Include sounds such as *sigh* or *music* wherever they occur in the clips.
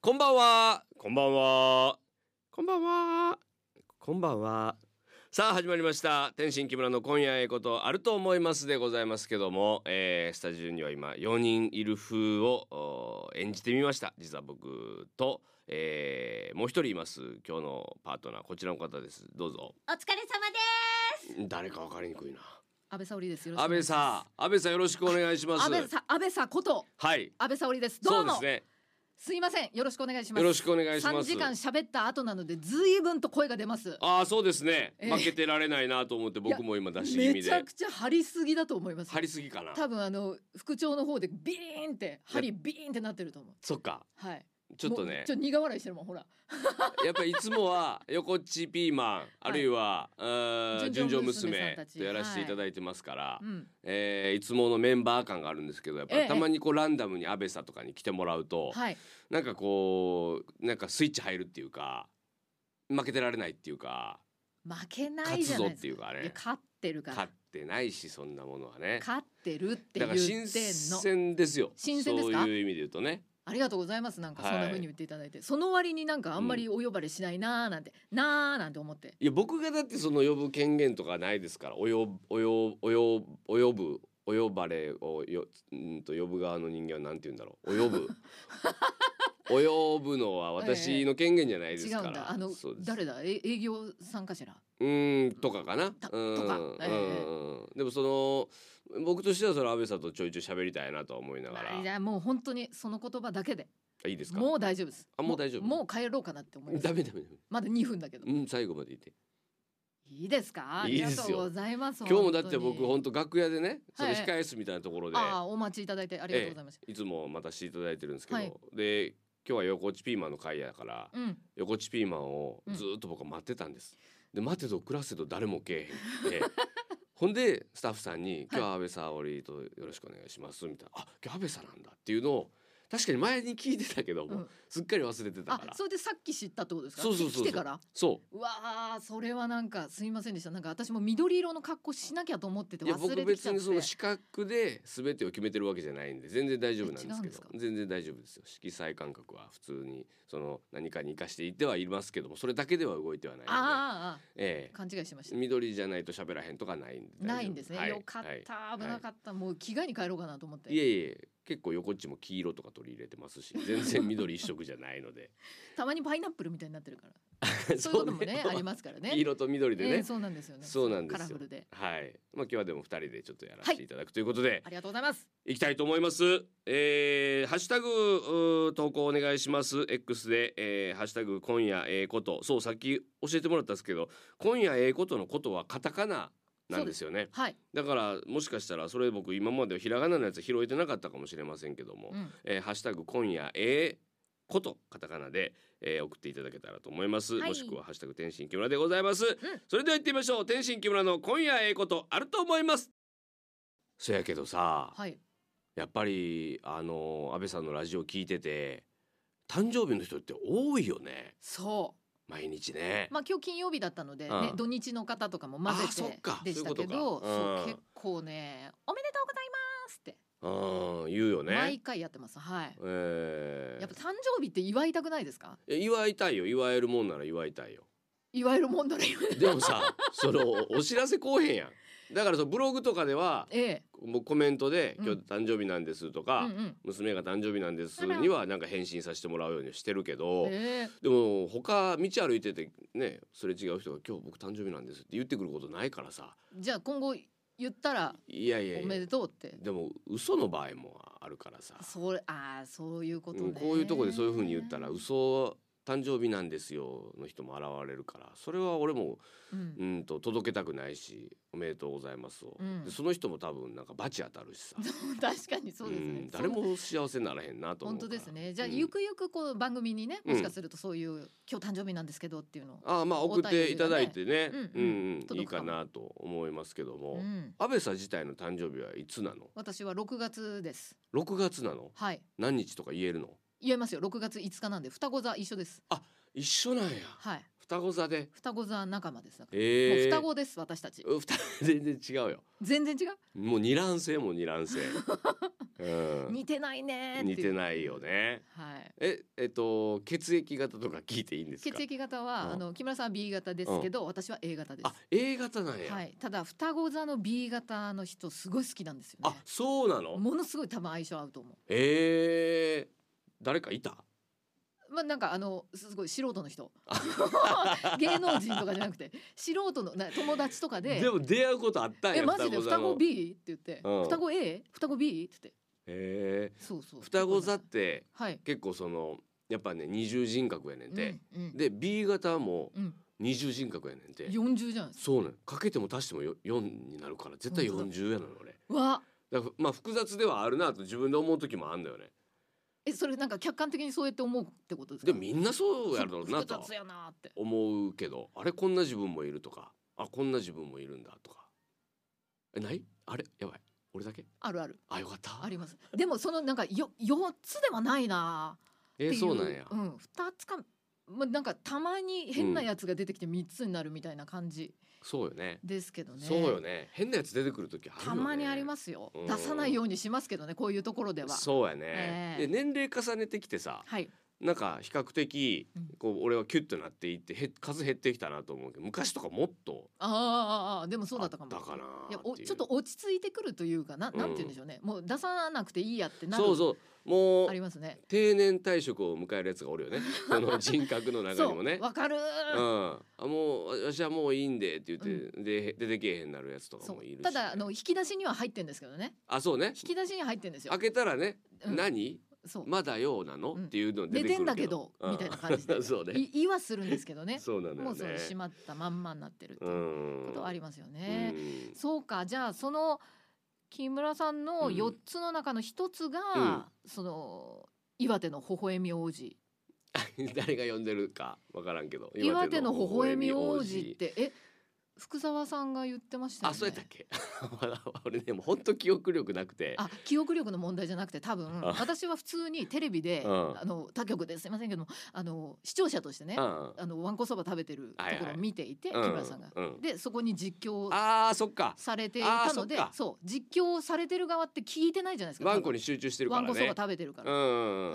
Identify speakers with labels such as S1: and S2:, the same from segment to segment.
S1: こんばんは
S2: こんばんは。こんばんは。こんばんは。
S1: さあ始まりました天心木村の今夜ええことあると思いますでございますけども、えースタジオには今4人いる風をお演じてみました実は僕と、えーもう一人います今日のパートナーこちらの方ですどうぞ
S3: お疲れ様で
S1: 誰か分かりにくいな
S4: 安倍沙織ですよろしく
S1: 安
S4: お願
S1: 倍
S4: いしま
S1: さん安倍さんよろしくお願いします
S4: す安倍さ安倍さんこと
S1: はい
S4: 安倍沙織ですど
S1: そううで
S4: も
S1: すね
S4: すいませんよろしくお願いします
S1: よろしくお願いしま
S4: 三
S1: す
S4: 時間喋った後なのでずいぶんと声が出ます
S1: ああそうですね、
S4: えー
S1: 負けてられないなと思って僕も今出し気味
S4: めちゃ
S1: で
S4: くちゃ張りすぎだと思います
S1: 張りすぎかな
S4: 多分あの副長の方でビーンって針ビーンってなってると思う
S1: そっか
S4: はい
S1: ちょっと
S4: も
S1: ね
S4: うちょっと苦笑いしてるもんほら
S1: やっぱりいつもは横っちピー
S4: *laughs*
S1: マン、あるいはうー純
S4: 純
S1: 情
S4: 情
S1: 娘と
S4: 娘さんたち
S1: やらせていただいてますから、
S4: うん
S1: えーいつものメンバー感があるんですけどやっぱり
S4: ええ
S1: たまにこうランダムに安倍さんとかに来てもらうと、
S4: はい
S1: なんかこうなんかスイッチ入るっていうか負けてられないっていうか
S4: 負けな
S1: 勝
S4: いじ
S1: つ
S4: ゃ
S1: ぞ
S4: ない
S1: っ
S4: で
S1: て
S4: す
S1: い
S4: か
S1: うか
S4: いや
S1: ね
S4: 勝ってるから
S1: 勝ってないしそんなものはね
S4: 勝ってるって
S1: だから
S4: 言ってん
S1: 新
S4: の
S1: 鮮ですよ
S4: 新鮮ですか
S1: そういう意味で言うとね
S4: ありがとうございますなんか
S1: はい
S4: そんな風に言っていただいて、その割になんかあんまりお呼ばれしないなーなんて、なーなんて思って
S1: いや僕がだってその呼ぶ権限とかないですからおよおよおよお呼ぶお呼ばれをようんと呼ぶ側の人間はなんて言うんだろうお呼
S4: *laughs*
S1: ぶお呼ぶのは私の権限じゃないです
S4: 違
S1: から、
S4: うんだあの
S1: そうです
S4: 誰だえ営業さんかしら
S1: うーんとかかな
S4: た
S1: うん
S4: とかええ
S1: うんでもその僕としてはその安倍さんとちょいちょい喋りたいなとは思いながら
S4: まあじゃあもう本当にその言葉だけで
S1: あいいですか
S4: もう大丈夫です
S1: あもう大丈夫
S4: ももう帰ろうかなって思います
S1: ダメダメダメ
S4: まだ2分だけど
S1: うん最後まで言って
S4: いいですかあ
S1: いい
S4: り
S1: で
S4: が
S1: すよ
S4: とうございます
S1: 今日もだって僕
S4: 本
S1: 本当楽屋でねその
S4: はい
S1: 控え室みたいなところ
S4: 当
S1: で、
S4: にああお待ちいただいてありがとうございました、
S1: いつもまたしていただいてるんですけど、
S4: はい
S1: で今日は横地ピーマンの会やから、
S4: うん
S1: 横地ピーマンをずーっと僕は待ってたんです。で待てど暮らせど誰も来えへんって *laughs* ほんでスタッフさんに「今日は安倍沙織とよろしくお願いします」みたいな「あ今日安倍さんなんだ」っていうのを確かに前に聞いてたけども、
S4: うん
S1: すっかり忘れてた
S4: あ
S1: から
S4: それでさっき知ったってことですか
S1: そうそうそうそう
S4: 来てから
S1: そう
S4: わあそれはなんかすいませんでしたなんか私も緑色の格好しなきゃと思ってて
S1: ういや
S4: 忘
S1: 僕
S4: れてき
S1: 別
S4: ちゃって
S1: にその資格で全てを決めてるわけじゃないんで全然大丈夫なんで
S4: え違
S1: す
S4: うん
S1: け
S4: です
S1: ど
S4: か
S1: 全然大丈夫ですよ色彩感覚は普通にその何かに生かしていってはいますけどもそれだけでは動いてはないので
S4: あああ
S1: え
S4: あ勘違いしまし
S1: え、
S4: た
S1: 緑じゃないと喋らへんとかないんで大丈夫
S4: ないんですね、
S1: はい
S4: よかっ
S1: はい
S4: た危なかった、もう着替えに帰ろうかなと思って
S1: いえいえ結構横っちも黄色とか取り入れてます
S4: *laughs*
S1: し全然緑一色じゃないので
S4: たまにパイナップルみたいになってるからそういうこともねありますからね
S1: 黄色と緑でね、
S4: ええそうなんですよね
S1: そうなんですよ
S4: カラフルで
S1: はいまあ今日はでも二人でちょっとやらせていただくということで、
S4: ありがとうございます
S1: いきたいと思います。えーハッシュタグうー投稿お願いします。X で、えーハッシュタグ今夜ええこと。そう、さっき教えてもらったんですけど、今夜ええことのことはカタカナなんですよね。
S4: はい、
S1: だから、もしかしたらそれ僕今までひらがなのやつ拾えてなかったかもしれませんけども、
S4: うん、
S1: えーハッシュタグ今夜ええことカタカナで、えー送っていただけたらと思います。
S4: はい
S1: もしくはハッシュタグ天心木村でございます。それでは行ってみましょう。天心木村の今夜ええことあると思います。そやけどさ、
S4: はい
S1: やっぱりあの安倍さんのラジオ聞いてて誕生日の人って多いよね
S4: そ
S1: 毎日ね、
S4: うまあ今日金曜日だったので、
S1: うん
S4: ね土日の方とかも混ぜ
S1: あそってか
S4: でしたけ
S1: そういうこ
S4: ど
S1: とかうん
S4: そう結構ねおめでとうございますって
S1: うん言うよ
S4: 毎
S1: ね、
S4: 回やってますはい
S1: えー
S4: やっぱ誕生日って祝いたくないですか
S1: え祝いたいよ祝えるもんなら祝いたいよ
S4: いわゆるもんだね *laughs*
S1: でもさそのお知らせこうへんやんだからそのブログとかでは
S4: ええ
S1: もうコメントで「
S4: うん
S1: 今日誕生日なんです」と
S4: う
S1: か、
S4: んうん
S1: 娘が誕生日なんです」にはなんか返信させてもらうようにしてるけど、
S4: ええ
S1: でも他道歩いててねすれ違う人が「今日僕誕生日なんです」って言ってくることないからさ
S4: じゃあ今後言ったら
S1: いやいやい
S4: おめ
S1: や
S4: でとうって
S1: でも嘘の場合もあるからさ
S4: それああそういうことね、
S1: うんこういうとこでそういうふうに言ったら嘘誕生日なんですよの人も現れるからそれは俺も
S4: うん
S1: うんと届けたくないしおめでとうございますを、
S4: うん
S1: でその人も多分なんか罰当たるしさ
S4: 確かに *laughs* そうですね、
S1: ん誰
S4: そう
S1: も幸せにならへんなと思
S4: 本
S1: うか
S4: 当
S1: ら
S4: ですねじゃあ、
S1: うん
S4: ゆくゆくこう番組にね
S1: うん
S4: もしかするとそういう、今日誕生日なんですけどっていうのを
S1: ああまあ送っていただいてね
S4: お便りがね
S1: う
S4: うんん
S1: う
S4: うん
S1: んいい
S4: 届く
S1: か
S4: かも
S1: なと思いますけども、
S4: うん
S1: 安倍さん自体の誕生日はいつなの
S4: 私は6月です
S1: 6月なの
S4: はい
S1: 何日とか言えるの
S4: 言えますよ6月5日なんで双子座一緒です
S1: 一緒なんや
S4: はい
S1: 双子座で
S4: 双子座仲間ですだから、もう
S1: ええ
S4: 双子です私たち *laughs*
S1: うん二人全然違うよ
S4: 全然違う
S1: もう二卵性も二卵性うん、
S4: 似てないねーっていう
S1: 似てないよね。
S4: はい
S1: え、えっと、血液型とか聞いていいんですか
S4: 血。液型は、
S1: うん
S4: あの木村さんは B 型ですけど、私は A 型で
S1: あ、A 型なん
S4: す。
S1: や。
S4: はい、ただ双子座の B 型の人すごい好きなんですよ
S1: あ
S4: ね、。
S1: そうなの。
S4: ものすごい多分相性合うと思
S1: ええ誰かいた。
S4: う。まあなんかあのすごい素人の
S1: *laughs*
S4: 人芸能人とかじゃなくて素人のな友達とかで
S1: でも出会うことあったんや。
S4: えマジで双
S1: の
S4: 子 B って言って、
S1: うん
S4: 双子 A 双子 B って言って
S1: え
S4: そうそう
S1: え双子座って、
S4: はい
S1: 結構その、やっぱね、二重人格やねんて。
S4: うんうん
S1: で、B 型も
S4: うん、
S1: 二重人格やねんて。
S4: 40じゃないです
S1: そうねん。かけても足してもよ四になるから、絶対
S4: 本当だ
S1: 四十やなの俺。
S4: かわ
S1: だからまあ複雑ではあるなと自分で思う時もあんだよね。
S4: えそれなんか客観的にそうやって思うってことですか
S1: でもみんなそうやろうな
S4: ふ
S1: と
S4: 複雑やなって
S1: 思うけどあれこんな自分もいるとかあこんな自分もいるんだとかえないあれやばい俺だけ
S4: あるある
S1: あよかった
S4: ありますでもそのなんかよ4つではないな
S1: え
S4: っていう
S1: そうなんや、
S4: うん、2つか、まあ、なんかたまに変なやつが出てきて3つになるみたいな感じ
S1: そうよね
S4: ですけどね、
S1: そうよね変なやつ出てくる時あるよね
S4: たまにありますよ
S1: うん
S4: 出さないようにしますけどねこういうところでは
S1: そうやね、
S4: ええ
S1: で年齢重ねてきてさ
S4: はい
S1: なんか比較的
S4: うん
S1: こう俺はキュッとなっていってへ数減ってきたなと思うけど昔とかもっと
S4: あーあーあーでもそうだったかも
S1: あったかなー
S4: いやお
S1: っていう
S4: ちょっと落ち着いてくるというかななんて言うんでしょうね、もう出さなくていいやってなる
S1: そうそうもう
S4: ありますね
S1: 定年退職を迎えるやつがおる
S4: *laughs*
S1: よねその人格の中にもね
S4: そうわかる
S1: う
S4: ー、
S1: ん、あもう私はもういいんでって言って、で出てけえへんなるやつとか
S4: そ
S1: もいるし、
S4: うただあの引き出しには入ってんですけどね
S1: あそうね
S4: 引き出しに入ってんですよ
S1: 開けたらね、
S4: うん
S1: 何
S4: そう
S1: まだようなの、
S4: うん
S1: っていうの出
S4: で
S1: て
S4: 出
S1: く
S4: ん
S1: る
S4: だ
S1: け
S4: け
S1: ど
S4: ど、
S1: うん *laughs*
S4: みたいな感じで
S1: そうね
S4: い言わするんですけどね
S1: そうなのよね
S4: もうそう閉まったまんまになってるって
S1: う
S4: いうんことはあり
S1: ま
S4: ますよね、そうかじゃあその木村さん
S1: う
S4: の
S1: ん
S4: 4つの中の1つが、その岩手の微笑み王子
S1: 誰が呼んで *laughs* るかわからんけど
S4: *laughs* 岩手の微笑み王
S1: 微
S4: 子ってえ福沢さんが言ってましたよ
S1: あ
S4: ね
S1: そうやったっけ *laughs* 俺ねもう本当記憶力なくて
S4: あ記憶力の問題じゃなくて多分
S1: あ
S4: 私は普通にテレビで、
S1: うん
S4: あの他局ですいませんけどもあの視聴者としてね、
S1: うん
S4: あのわんこそば食べてるとこ
S1: はい
S4: ろ
S1: は
S4: を
S1: い
S4: 見ていて、
S1: うん
S4: 木村さんが。
S1: うん
S4: でそこに実況
S1: あーそっか
S4: されていたので
S1: あーそっか
S4: そう実況されてる側って聞いてないじゃないですか
S1: ワンコ
S4: に
S1: に集中してるか
S4: わ
S1: ら
S4: ん
S1: ね
S4: こそば食べてるから。
S1: うんう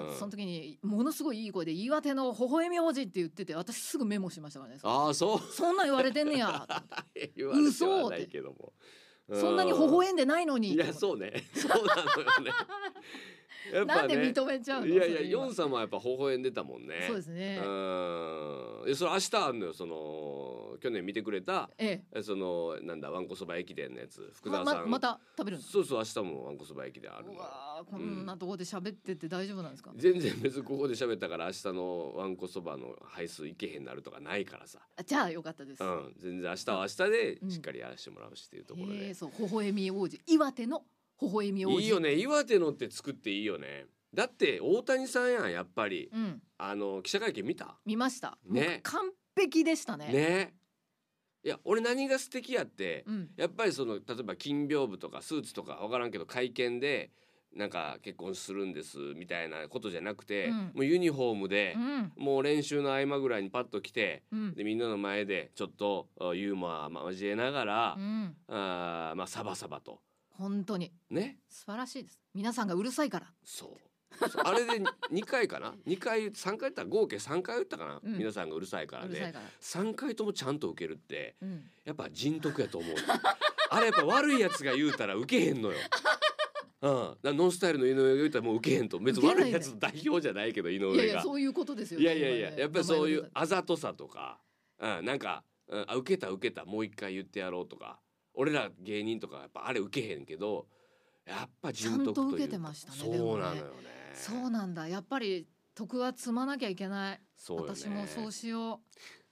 S1: んうん
S4: その時にものすごいいい声で「岩手の微笑み王子」って言ってて私すぐメモしましたからね
S1: ああそう
S4: そんなん言われてん
S1: *laughs*
S4: ねや
S1: 言われてはないけども。う
S4: そんなに微笑んでないのに
S1: いやそうね。そうなのよ
S4: *laughs*
S1: ね。やっぱね
S4: なんで認めちゃうの
S1: いやい
S4: そ
S1: や
S4: れ今
S1: 四さんもやっぱ微笑んでたもんね。
S4: そうですね、
S1: うん。えそれ明日あんのよその去年見てくれた
S4: ええ
S1: えそのなんだわんこそば駅伝のやつ福
S4: ま
S1: 沢さん。
S4: ままた食べるんです
S1: そうそう明日もわんこそば駅伝あるの
S4: う
S1: よ。
S4: わーこんなとこで喋ってて大丈夫なんですか、
S1: 全然別にここで喋ったから明日のわんこそばの配数いけへんなるとかないからさ。
S4: あじゃあよかったです、
S1: う
S4: へ
S1: ん。全然明日は明日でしっかりやらせてもらうしっていうところで
S4: え。そう微笑み王子岩手の微笑み王子
S1: いいよね岩手のって作っていいよねだって大谷さんやんやっぱり
S4: うん
S1: あの記者会見見た
S4: 見ました、
S1: ね
S4: もう完璧でしたね
S1: ねいや俺何が素敵やって、
S4: うん
S1: やっぱりその例えば金屏風とかスーツとか分からんけど会見でなんか結婚するんですみたいなことじゃなくて、
S4: うん
S1: もうユニフォームで
S4: う、ん
S1: もう練習の合間ぐらいにパッと来て
S4: うん
S1: でみんなの前でちょっとあユーモア交えながら、
S4: うん
S1: あーまあサバサバと
S4: 本当に
S1: ね
S4: 素晴らしいです皆さんがうるさいから
S1: そう。そうあれで2回かな2回3回打った合計3回打ったかな、
S4: うん
S1: 皆さんがうるさいから
S4: うるさい
S1: で
S4: から、
S1: 3回ともちゃんと受けるって
S4: うん、
S1: やっぱ人徳やと思うあれやっぱ悪いやつが言うたら受けへんのよ。うん、だからノンスタイルの井上が言うたらもう受けへんと別に
S4: 受けな
S1: 悪
S4: い
S1: い
S4: ね
S1: やつの代表じゃないけど井上
S4: い
S1: が
S4: やいやそういうことですよ
S1: いやいやいや
S4: 今ね
S1: やっぱりそうい
S4: 名
S1: う
S4: 前が
S1: あざとさとか、うん、なんか、うん、あ受けた受けたもう一回言ってやろうとか俺ら芸人とかやっぱあれ受けへんけどやっぱ人徳というか
S4: ちゃんと受けてましたねで
S1: そ
S4: も
S1: う
S4: ね
S1: なのよね
S4: 出たそうなんだやっぱり徳は積まなきゃいけない、
S1: そうよね
S4: 私もそうしよ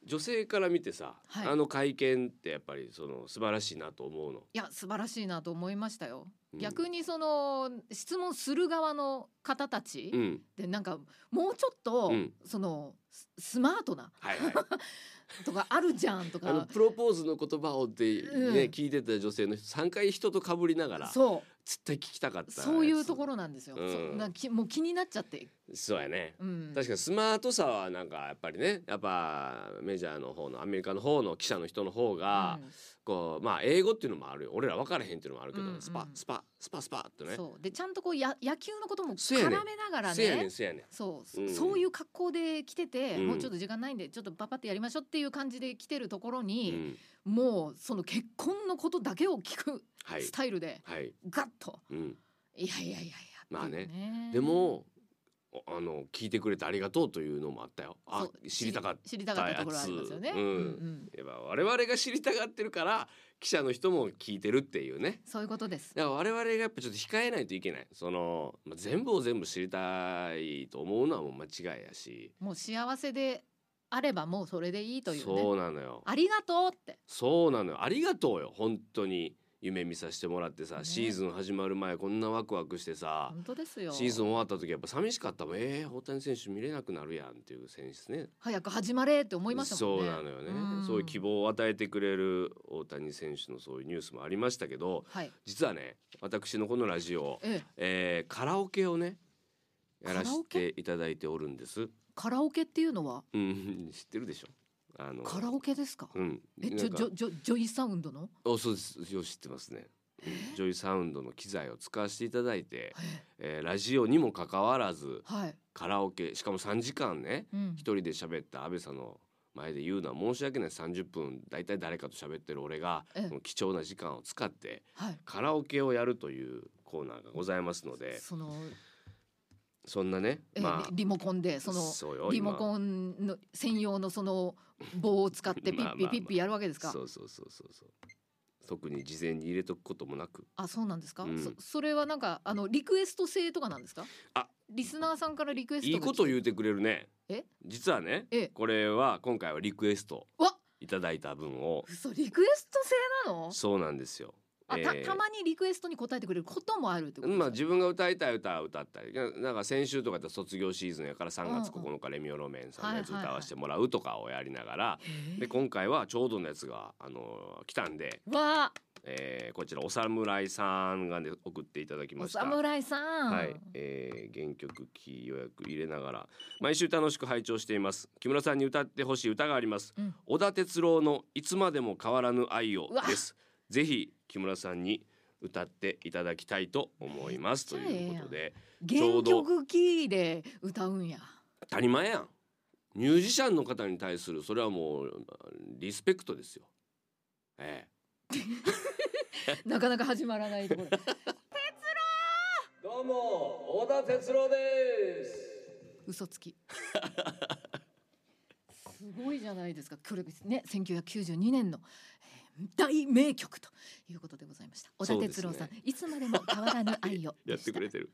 S4: う
S1: 女性から見てさ、
S4: はい
S1: あの会見ってやっぱりその素晴らしいなと思うの、
S4: いや素晴らしいなと思いましたよ、
S1: うん
S4: 逆にその質問する側の方たち
S1: うん
S4: でなんかもうちょっと、
S1: うん
S4: *laughs* そのススマートな
S1: はいはい
S4: とかあるじゃんと
S1: あの
S4: か
S1: プロポーズの言葉をってね、
S4: うん
S1: 聞いてた女性の人三回人と被りながら
S4: そ
S1: 絶対聞きたかっ
S4: う
S1: た
S4: そういうと
S1: ろ
S4: ころなんですよ、
S1: うん
S4: そなんかきもう気になっちゃって、
S1: そうやね
S4: うん、
S1: 確かにスマートさはなんかやっぱりねやっぱメジャーの方のアメリカの方の記者の人の方が、こうまあ英語っていうのもあるよ俺ら分からへんっていうのもあるけど、
S4: うんうん
S1: スパスパスパスパっと
S4: うん
S1: ね
S4: そうでちゃんとこうや野球のことも
S1: そう
S4: 絡
S1: や
S4: め
S1: ねん
S4: ながら
S1: せやね
S4: ね
S1: んせやねん
S4: そう、
S1: うん
S4: そういう格好で来てて、
S1: うん
S4: もうちょっと時間ないんでちょっとパパってやりましょうっていう感じで来てるところ
S1: う
S4: に、
S1: ん
S4: もうその結婚のことだけを聞く
S1: はい
S4: スタイルで
S1: はい、
S4: ガッと、
S1: うん、
S4: い、やいやいやいや
S1: まあね
S4: っていう
S1: でもおあの聞いてくれてありがとうというのもあったよあ
S4: そう
S1: 知りたかった
S4: 知りたかったところありますよね、
S1: うんやっぱ我々が知りたがってるから記者の人も聞いてるっていうね
S4: そういうことです
S1: だから我々がやっぱちょっと控えないといけないその、まあ、全部を全部知りたいと思うのはもう間違いやし
S4: もう幸せであればもうそれでいいという
S1: そ
S4: ね
S1: うなのよ
S4: ありがとうって
S1: そうなのよありがとうよ本当に夢見させてもらってさ、
S4: ね
S1: シーズン始まる前こんなワクワクしてさ
S4: 本当ですよ
S1: シーズン終わった時やっぱ寂しかったもんえー、大谷選手見れなくなるやんっていう選手ですね
S4: 早く始まれって思いましたもんね
S1: そうなのよね、
S4: うん
S1: そういう希望を与えてくれる大谷選手のそういうニュースもありましたけど
S4: はい
S1: 実はね私のこのラジオ、
S4: ええ
S1: えーカラオケをねやらせ
S4: カラオケ
S1: ていただいておるんです。
S4: カラオケっていうのは
S1: うん、知ってるでしょ。あの
S4: カラオケですか
S1: うん、
S4: え
S1: なん
S4: ジョ
S1: か
S4: ジョジョジョイサウンドの
S1: おそうですよ知ってますね。うんジョイサウンドの機材を使わせていただいて、
S4: え
S1: えーラジオにもかかわらず
S4: はい、
S1: カラオケしかも3時間ね
S4: うん
S1: 一、人で喋った安倍さんの前で言うのは申し訳ない30分だいたい誰かと喋ってる俺が
S4: ええ
S1: その貴重な時間を使って
S4: はい
S1: カラオケをやるというコーナーがございますので
S4: その、
S1: そんなね
S4: え
S1: ま
S4: リリモコンでそ
S1: あ
S4: の
S1: そうよ
S4: リ
S1: 今
S4: モコンの専用のその棒を使ってピ
S1: まあまあ
S4: ッ
S1: ま
S4: ピ
S1: あ
S4: ピッピやるわけですか、
S1: そうそうそうそうそう特に事前に入れとくこともなく
S4: あ、そうなんですか。
S1: うん
S4: そそれはなんかあのリクエスト制とかなんですか。
S1: あ、
S4: リスナーさんからリクエスト
S1: い
S4: が
S1: いこと言うてくれるね
S4: え
S1: 実はね
S4: ええ
S1: これは今回はリクエスト
S4: わ
S1: いただいた分を
S4: 嘘リクエスト制なの？
S1: そうなんですよ
S4: あ、
S1: え
S4: た
S1: ー
S4: たまにリクエストに答えてくれることもあるってことですか。
S1: まあ自分が歌いたい歌は歌ったりななんか先週とかやったら卒業シーズンやから3月9日レミオロメンさんのやつ
S4: はいはい
S1: 歌
S4: はい
S1: わせてもらうとかをやりながら
S4: へー
S1: で今回はちょうどのやつがあの来たんで、
S4: わあ、
S1: えーこちらお侍さんがね送っていただきま
S4: お
S1: した。
S4: 侍さん。
S1: はい、えー原曲キー予約入れながら毎週楽しく拝聴しています木村さんに歌ってほしい歌があります、
S4: うん
S1: 小田哲郎のいつまでも変わらぬ愛を
S4: うわ
S1: ですぜひ木村さんに歌っていただきたいと思いますと
S4: めっちゃええや
S1: い
S4: ん
S1: うことでちょう
S4: 原
S1: ど
S4: 曲キーで歌うん
S1: *laughs*
S4: や。
S1: 当たり前やんミュージシャンの方に対するそれはもうリスペクトですよええ
S4: なかなか始まらないところ。
S1: どうも小田哲郎です
S4: 嘘つき。すごいじゃないですか。これね、1992年の、えー大名曲ということでございました。小田哲郎さん、いつまでも変わらぬ愛を
S1: *laughs* やってくれ
S4: で
S1: てる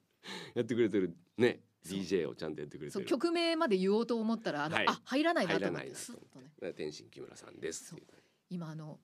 S1: やってくれてるね
S4: そう
S1: DJ をちゃんとやってくれ
S4: した
S1: て
S4: そう
S1: る
S4: 曲名まで言おうと思ったらあの、
S1: はい
S4: あ入らないなと
S1: 入
S4: 思
S1: らない
S4: って
S1: なと
S4: ス
S1: 思
S4: ッとね
S1: 天心木村さんですっていう
S4: 今あの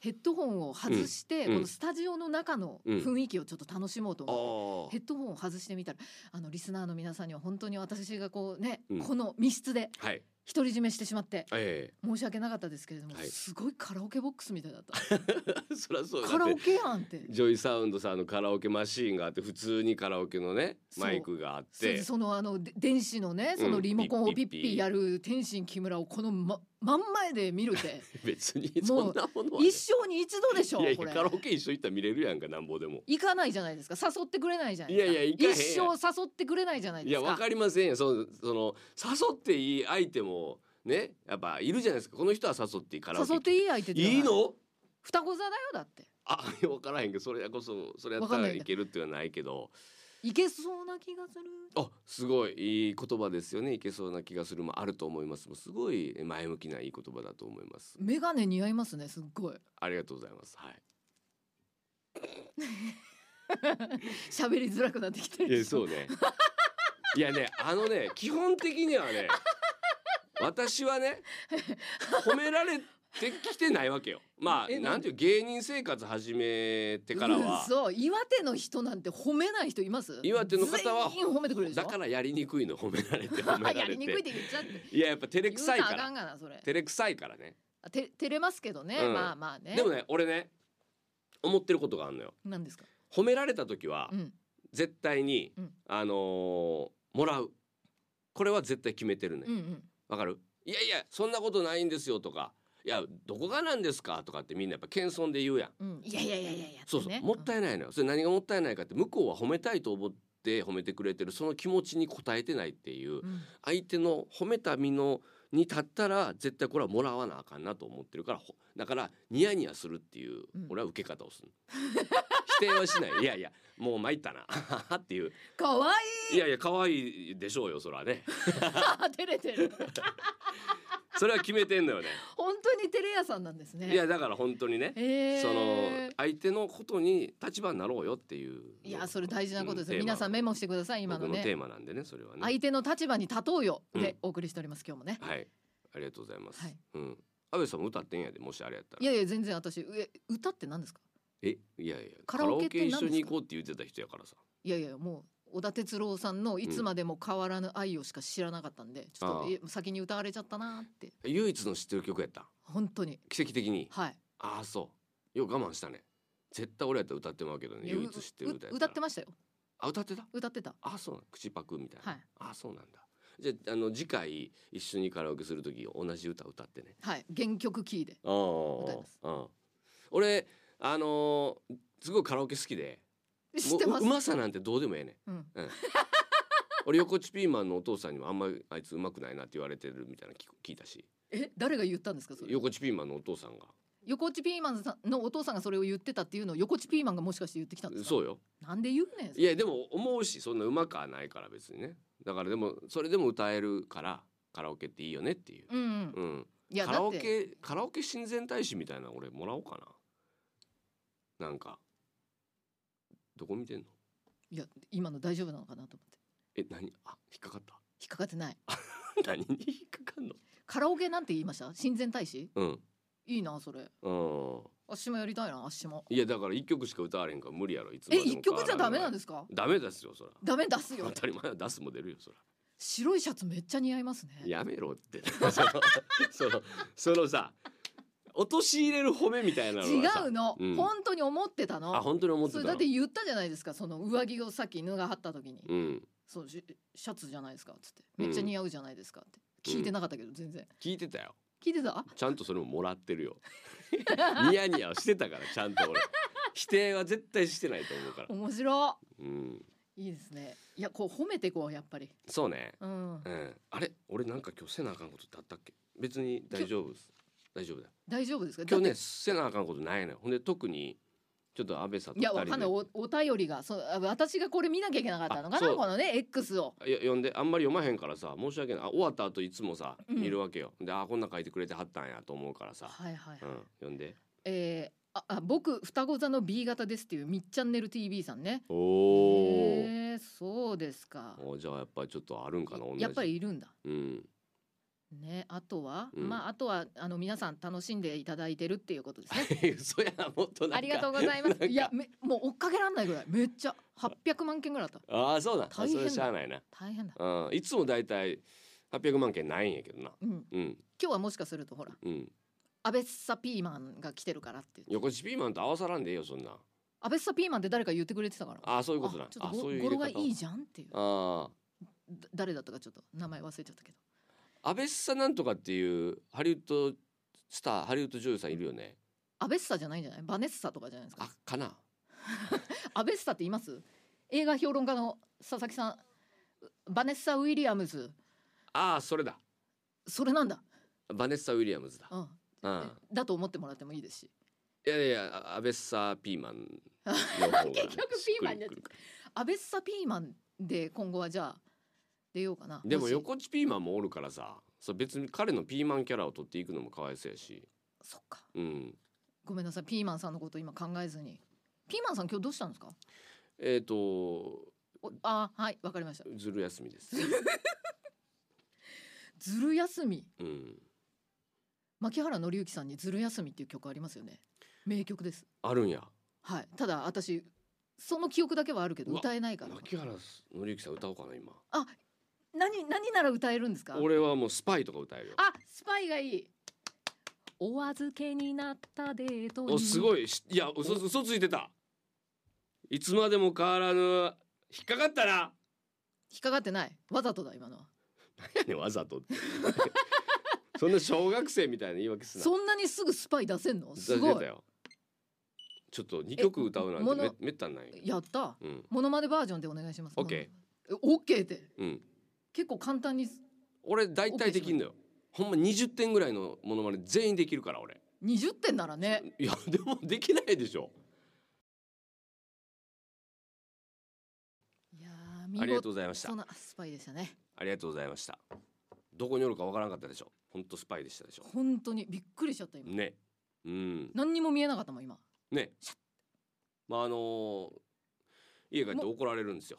S4: ヘッドホンを外して、
S1: うん
S4: このスタジオの中の雰囲気をちょっと楽しもうと思って、
S1: あ
S4: ヘッドホンを外してみたらあのリスナーの皆さんには本当に私がこうね、
S1: うん
S4: この密室で
S1: あはい
S4: 独り占めしてしまって
S1: え
S4: 申し訳なかったですけれども、
S1: はい
S4: すごいカラオケボックスみたいだった *laughs*
S1: えそりゃ *laughs* そうだ
S4: カラ
S1: っ
S4: オ
S1: て
S4: ケやんって
S1: ジョイサウンドさんのカラオケマシーンがあって普通にカラオケのね
S4: そう
S1: マイクがあっ
S4: それ
S1: て
S4: でそのあので電子のね
S1: うん
S4: そのリモコン
S1: ピ
S4: をピ
S1: ッ
S4: ッ
S1: ピッ
S4: ピ
S1: ピ
S4: やる天心木村をこのま真ん前で見る
S1: *laughs*
S4: って
S1: 別にそ
S4: も
S1: ん
S4: う
S1: なものはね
S4: 一生に一度でしょ
S1: いやい
S4: こ
S1: や
S4: れ
S1: カラオケ一緒行ったら見れるやんかなんぼでも
S4: 行かないじゃないですか誘ってくれないじゃないですか
S1: いやいや行かへんやん
S4: 一生誘ってくれないじゃない
S1: い
S4: で
S1: や
S4: す
S1: わ
S4: か
S1: かりませんよそのその誘っていい相手もねやっぱいるじゃないですかこの人は誘っていいカラオケ
S4: 誘っていい相手じゃない
S1: いいの
S4: 双子座だよだって
S1: あ分からへんけどそれこそそれやったらいけるっていうのはないけど
S4: いけそうな気がする
S1: あすごいいい言葉ですよねいけそうな気がするもあると思いますもうすごい前向きないい言葉だと思います
S4: メガネ似合いますねすっごい
S1: ありがとうございますはい
S4: 喋りづらくなってきて
S1: い
S4: る
S1: やそうね *laughs* いやねあのね基本的にはね私はね褒められできてないわけよ。まあ
S4: え
S1: なんていう芸人生活始めてからは
S4: そう岩手の人なんて褒めない人います
S1: 岩手の方は
S4: 全員褒めてくれるでしょ
S1: だからやりにくいの褒められて
S4: *laughs*
S1: 褒め
S4: や
S1: られ
S4: りにくいってて言っちゃって
S1: いややっぱ照れ
S4: 言
S1: く
S4: う
S1: さ
S4: ないあ
S1: か
S4: からんがなそれ
S1: 照れくさいからね
S4: あて照れますけどね、
S1: うん
S4: まあまあね
S1: でもね俺ね思ってることがあるのよ
S4: なんですか
S1: 褒められた時は
S4: うん
S1: 絶対に、
S4: うん
S1: あのーもらうこれは絶対決めてるね
S4: うんうん
S1: わかるいやいやそんなことないんですよとかいやどこがなんですかとかってみんなやっぱ謙遜で言うやん
S4: うんいやいやいやいやいやってね
S1: そうそう、もったいないのよそれ何がもったいないかって向こうは褒めたいと思って褒めてくれてるその気持ちに応えてないっていう
S4: うんうん
S1: 相手の褒めた身のに立ったら絶対これはもらわなあかんなと思ってるからほだからニヤニヤするっていう
S4: うん
S1: 俺は受け方をする、否定はしないいやいやもう参ったなっていう
S4: かわ
S1: いやいや可愛いでしょうよそれはね
S4: いい照れてる
S1: それは決めてんのよね
S4: 本当に照れ屋さんなんです *laughs* ね
S1: いやだから本当にね
S4: へー
S1: その相手のことに立場になろうよっていう
S4: いやそれ大事なことです
S1: う
S4: よ
S1: テーマ
S4: 皆さんメモしてください今の
S1: 僕のテ
S4: ね
S1: ーマなんでねそれはね
S4: 相手の立場に立とうよ
S1: う
S4: で
S1: ん
S4: お送りしております今日もね
S1: はい、ありがとうございます。
S4: はい
S1: うん、安倍さんも歌ってんやで、もしあれやったら。
S4: いやいや全然私え歌って何ですか
S1: え、いやいや、
S4: カラオケって何ですか
S1: 一緒に行こうって言ってた人やからさ。
S4: いやいやもう小田哲郎さんのいつまでも変わらぬ愛をしか知らなかったんでちょっ
S1: ああ
S4: とえ先に歌われちゃったなーって
S1: 唯一の知ってる曲やった。
S4: 本当に
S1: 奇跡的に。
S4: はい
S1: ああ、そう。よう我慢したね。絶対俺やったら歌ってまうけどね。
S4: いやう
S1: 唯一知ってる歌や
S4: う
S1: った
S4: 歌
S1: ら。
S4: ってましたよ
S1: あ、歌ってた。
S4: 歌ってた
S1: あ、そうなん。口パクみたいな。
S4: はい
S1: ああ、そうなんだ。じゃあ、あの次回一緒にカラオケする時、同じ歌歌ってね。
S4: はい原曲キーで
S1: ああ
S4: 歌います
S1: うん。俺、あのーすごいカラオケ好きで。
S4: *laughs* 知ってま
S1: も
S4: す
S1: ううまさなんてどうでもええねん。
S4: うん
S1: 俺横地ピーマンのお父さんにもあんまりあいつうまくないなって言われてるみたいなの聞く聞いたし
S4: え誰が言ったんですかそれ
S1: 横地ピーマンのお父さんが
S4: 横地ピーマンさんのお父さんがそれを言ってたっていうのを横地ピーマンがもしかして言ってきたんですか
S1: そうよ
S4: なんで言うねんそ
S1: い
S4: れ
S1: やでも思うしそんなうまくはないから別にねだからでもそれでも歌えるからカラオケっていいよねっていう、
S4: うんうん
S1: うん、
S4: いや
S1: カ
S4: だ
S1: ラ
S4: っ
S1: オ
S4: て
S1: ケカラオケ親善大使みたいなの俺もらおうかななんかどこ見てんの
S4: いや今の大丈夫なのかなと思って
S1: え何あ引っかかった *laughs*
S4: 引っかかってない
S1: 何に引っかかんの
S4: カラオケなんて言いました親善大使
S1: うん
S4: いいなそれ
S1: うん
S4: あっしもやりたいなあっしも
S1: いやだから一曲しか歌われへんから無理やろいつま
S4: え
S1: でも
S4: 一曲じゃダメなん
S1: で
S4: ですか
S1: ダメですよそら
S4: ダメ出すよ
S1: 当たり前だ出すも出るよそら
S4: 白いシャツめっちゃ似合いますね
S1: やめろって *laughs* そのそのそのさ陥れる褒めみたいなの
S4: 違
S1: がさ
S4: うの、
S1: うん
S4: 本当に思ってたの
S1: あ本当に思って
S4: そ
S1: た
S4: れ
S1: の
S4: だって言ったじゃないですかその上着をさっき脱がはった時に、
S1: うん
S4: そうシシャツじゃないですかっつってめっちゃ似合うじゃないですかっ
S1: う
S4: て、
S1: ん
S4: 聞いてなかったけど全然
S1: 聞いてたよ
S4: 聞いてた
S1: ちゃんとそれももらってるよニヤニヤしてたからちゃんと俺否定は絶対してないと思うから
S4: 面白
S1: うん
S4: いいいですねいやこう褒めてこうやっぱり
S1: そうね
S4: うん
S1: うんあれ俺なんか今日せなあかんことってあったっけ別に大丈夫です大丈夫だよ
S4: 大丈夫ですか
S1: 今日
S4: だ
S1: ね
S4: って
S1: せなあかんことないのよほんで特にちょっと安倍さんと二
S4: いや
S1: 人で
S4: わかんないおお便りがそうあ私がこれ見なきゃいけなかったのか
S1: あそ
S4: な
S1: う
S4: このね X を
S1: いや読んであんまり読まへんからさ申し訳ないあ終わった後いつもさ
S4: うん
S1: 見るわけよ、であこんなん書いてくれてはったんやと思うからさ、
S4: はいはいはい、
S1: うん、読んで
S4: えーああ僕双子座の B 型ですっていうみっちゃんねる TV さんね
S1: おー
S4: へーそうですか
S1: おじゃあやっぱりちょっとあるんかな同じ
S4: やっぱりいるんだ
S1: うん
S4: ねあとは、
S1: うん
S4: まああとはあの皆さん楽しんでいただいてるっていうこ
S1: *laughs*
S4: とですね
S1: そやもっとなんか
S4: ありがとうございます
S1: なんか
S4: いやめもう追っかけらんないぐらいめっちゃ800万件ぐらいあった
S1: ああそうだ
S4: 大
S1: そ
S4: 変
S1: れ
S4: だ
S1: しゃあないな、
S4: 大変だ
S1: うん、いつもだいたい800万件ないんやけどな
S4: うん
S1: うん
S4: 今日はもしかするとほら
S1: うん
S4: アベッサピーマンが来てるからって言って
S1: 横地ピーマンと合わさらんでええよそんな
S4: アベッサピーマンって誰か言ってくれてたから
S1: ああそういうことな
S4: あちょっと
S1: あそ
S4: ご
S1: ういう入
S4: 語
S1: れ
S4: 呂
S1: 方
S4: がいいじゃんっていう
S1: あ
S4: だ誰だったかちょっと名前忘れちゃったけど
S1: あ安倍さんなんとかっていうハリウッドスターハリウッド女優さんいるよね
S4: アベッサじゃないんじゃないバネッサとかじゃないですか
S1: あかな
S4: アベッサって言います映画評論家の佐々木さんバネッサ・ウィリアムズ
S1: ああそれだ
S4: それなんだ
S1: バネッサ・ウィリアムズだ。
S4: うん
S1: うん。
S4: だと思ってもらってもいいですし
S1: いやいや、あアベッサピーマンの方が
S4: *laughs* 結局ピーマンになっ
S1: しっくりく
S4: ちゃった
S1: るか
S4: アベッサピーマンで今後はじゃあ出ようかな
S1: らでも
S4: し
S1: 横地ピーマンもおるからさ、そう別に彼のピーマンキャラを取っていくのもかわいそうやし、
S4: そっか
S1: うん。
S4: ごめんなさいピーマンさんのこと今考えずにピーマンさん今日どうしたんですか
S1: えっ、と
S4: おあはいわかりました
S1: ずる休み
S4: *laughs*
S1: です。
S4: ずる休み
S1: うん。
S4: 牧原紀之さんにずる休みっていう曲ありますよね。名曲です。
S1: あるんや
S4: はい。ただ私その記憶だけはあるけど
S1: うわ
S4: 歌えないから。
S1: 牧原紀之さん歌おうかな今
S4: 何何なら歌えるんですか。
S1: 俺はもうスパイとか歌えるよ
S4: あスパイがいい。お預けになったデートに。
S1: おす
S4: い。
S1: ごいしいや嘘嘘ついてたいつまでも変わらぬ引っかかった
S4: *laughs*
S1: な
S4: 引っかかってない。わざとだ今のは。
S1: 何やねんわざとって *laughs* そんな小学生みたいな言い訳すな
S4: そんなにすぐスパイ出せんの。す
S1: 出
S4: ご
S1: てた
S4: い。
S1: よちょっと二曲歌うなん
S4: も
S1: て
S4: の
S1: めめったにないよ
S4: やった。
S1: うん
S4: モノマネバージョンでお願いします。
S1: オッケ
S4: ー。オッケーって
S1: うん
S4: 結構簡単に
S1: 俺大体できんのよほんま20点ぐらいのものまね全員できるから俺
S4: 20点ならね。
S1: いやでもできないでしょ
S4: いやー見事
S1: ありがとうございました
S4: そんなあスパイでしたね。
S1: ありがとうございましたどこにおるかわからなかったでしょほんとスパイでしたでしょ
S4: 本当にびっくりしちゃった今。
S1: ねうん
S4: 何にも見えなかったもん今。
S1: ねまああのー家帰って怒られるんですよ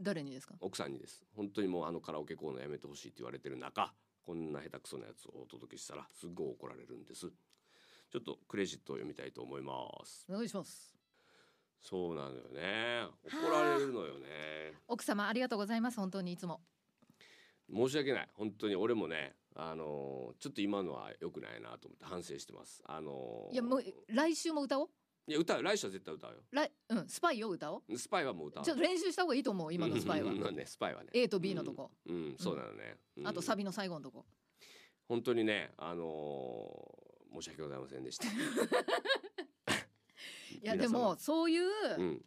S4: 誰にですか。
S1: 奥さんにです本当にもうあのカラオケコーナーやめてほしいって言われてる中こんな下手くそなやつをお届けしたらすっごい怒られるんですちょっとクレジットを読みたいと思います
S4: お願いします。
S1: そうなのよね怒られるのよね
S4: 奥様ありがとうございます本当にいつも。
S1: 申し訳ない本当に俺もねあのーちょっと今のは良くないなと思って反省してますあのー
S4: いやもう来週も歌おう。
S1: いや歌う来週は絶対歌うよ
S4: 来うんスパイを歌おう。
S1: スパイはもう歌う
S4: ちょっと練習した方がいいと思う今のスパイは
S1: うん。うん *laughs* うんねスパイはね
S4: A と B のとこ、
S1: うん、うんそうなのね、うん
S4: あとサビの最後のとこ。
S1: 本当にねあのー申し訳ございませんでした
S4: *laughs* いやで
S1: 皆様
S4: もそういう、
S1: うん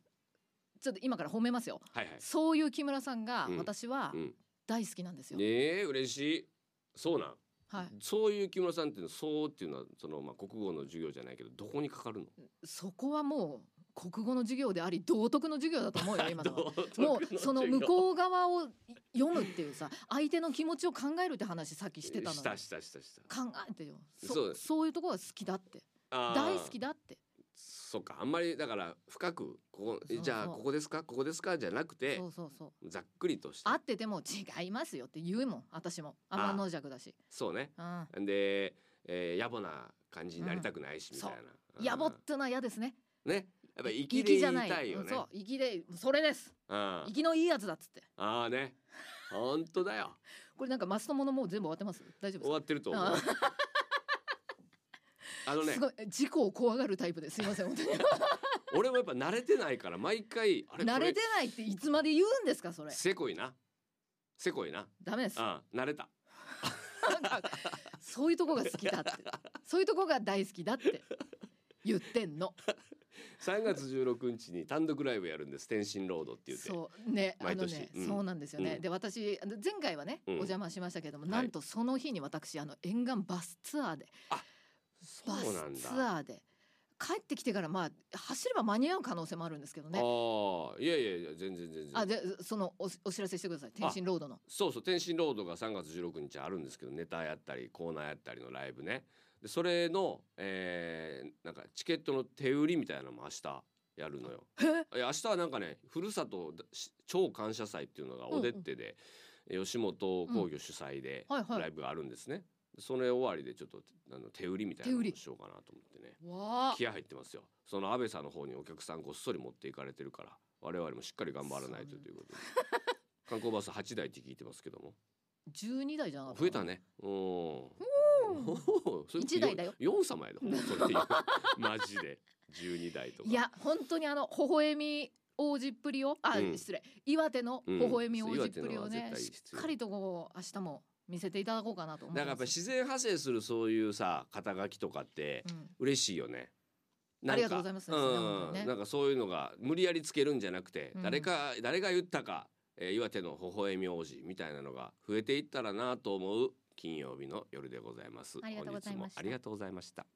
S4: ちょっと今から褒めますよ。
S1: はいはい
S4: そういう木村さんが
S1: うん
S4: 私は
S1: うん
S4: 大好きなんですよ。
S1: ねえ嬉しいそうなん、
S4: はい。
S1: そういう木村さんっていうのそうっていうのはそのまあ国語の授業じゃないけどどこにかかるの
S4: そこはもう国語の授業であり道徳の授業だと
S1: *laughs*
S4: 思うよ今のは。
S1: 道徳
S4: もうその向
S1: う
S4: こう側を読むっていうさ相手の気持ちを考えるって話さっきしてたの
S1: し
S4: よ
S1: たしたしたした
S4: 考えてよそ
S1: そう
S4: そう
S1: だ
S4: いうところが好きだって
S1: あー
S4: 大好きだって
S1: そっかあんまりだから深くここえ
S4: そう
S1: じゃあ
S4: そう
S1: ここですかここですかじゃなくて
S4: そうそうそう
S1: ざっくりとして
S4: 会ってても違いますよって言うもん私も天の弱だし
S1: そうね
S4: うん
S1: で、えー、野暮な感じになりたくないし、
S4: うん
S1: みたいなうん
S4: 野暮ってのは嫌ですね
S1: ねやっぱ生きで
S4: 生き
S1: い
S4: じゃな
S1: た
S4: い
S1: いよ
S4: うん
S1: ね
S4: そう生きでそれです
S1: あ
S4: 生きのいいやつだっつって
S1: あーね本当だ
S4: *laughs*
S1: よ
S4: これなんかマストものもう全部終わってます大丈夫
S1: 終わってると思う
S4: あ
S1: *laughs* あの
S4: です
S1: ね
S4: かすごい事故を怖がるタイプですいません
S1: *laughs*
S4: 本当に
S1: 俺もやっぱ慣れてないから毎回あれ
S4: 慣れ
S1: こ
S4: てないっていつまで言うんですかそれ
S1: せこいなせこいな
S4: ダメです
S1: ああ慣れた
S4: そういうとこが好きだって。
S1: *laughs*
S4: そういうとこが大好きだって。言ってんの。
S1: 3月16日に単独ライブやるんです天津ロードって言って
S4: そうね、あ
S1: 毎
S4: の
S1: 年
S4: ね、
S1: うん
S4: そうなんですよね。
S1: うん
S4: で、私、あの前回はね、
S1: うん
S4: お邪魔しましたけども、
S1: はい
S4: なんとその日に私、あの沿岸バスツアーで。
S1: そ
S4: バ
S1: う
S4: ス
S1: なん
S4: ツ
S1: だ
S4: アーで。帰ってきてから、まあ、走れば間に合う可能性もあるんですけどね。
S1: ああいやいやいや全然全然
S4: あ、で、そのお、お知らせしてください。天津ロードの。
S1: そうそう天津ロードが3月16日あるんですけどネタやったりコーナーやったりのライブねでそれの、えーなんかチケットの手売りみたいなのも明日やるのよ。
S4: え
S1: いや明日はなんかねふるさとし超感謝祭っていうのがおでってで、え吉本興業主催で
S4: はいは
S1: ラ
S4: い。
S1: イブがあるんですね。それ終わりでちょっとあの手売りみたいな
S4: 手
S1: の
S4: 売
S1: を
S4: り
S1: しようかなと思ってね
S4: わあ。
S1: 気合入ってますよその安倍さんの方にお客さんごっそり持っていかれてるから我々もしっかり頑張らないとという
S4: *laughs*
S1: ことで観光バス8台って聞いてますけども
S4: 十二台じゃなかった。
S1: 増えた。ね。うん。それ
S4: 一台だよ
S1: 四様やで、ほんまそれで言う *laughs* マジで十二台とか。
S4: いや、本当にあの微笑み王子っぷりを、あ、
S1: うん
S4: 失礼、岩手の
S1: うん
S4: 微笑み王子っぷ
S1: そう
S4: りを
S1: 岩手のは
S4: ね、
S1: 絶対
S4: し
S1: 必
S4: っ
S1: 要
S4: かりとこう明日も見せていただこうかなと思い
S1: だからや
S4: ま
S1: っぱ
S4: す。
S1: 自然派生するそういうさ肩書きとかって
S4: うん
S1: 嬉しいよね。
S4: ありがとうございます
S1: なんか
S4: それは本当にね
S1: うん、なんかそういうのが無理やりつけるんじゃなくて、
S4: うん
S1: 誰か誰が言ったか、えー岩手の微笑み王子みたいなのが増えていったらなと思う金曜日の夜でございます。
S4: ありがとうござい
S1: 本
S4: ました
S1: 日もありがとうございました。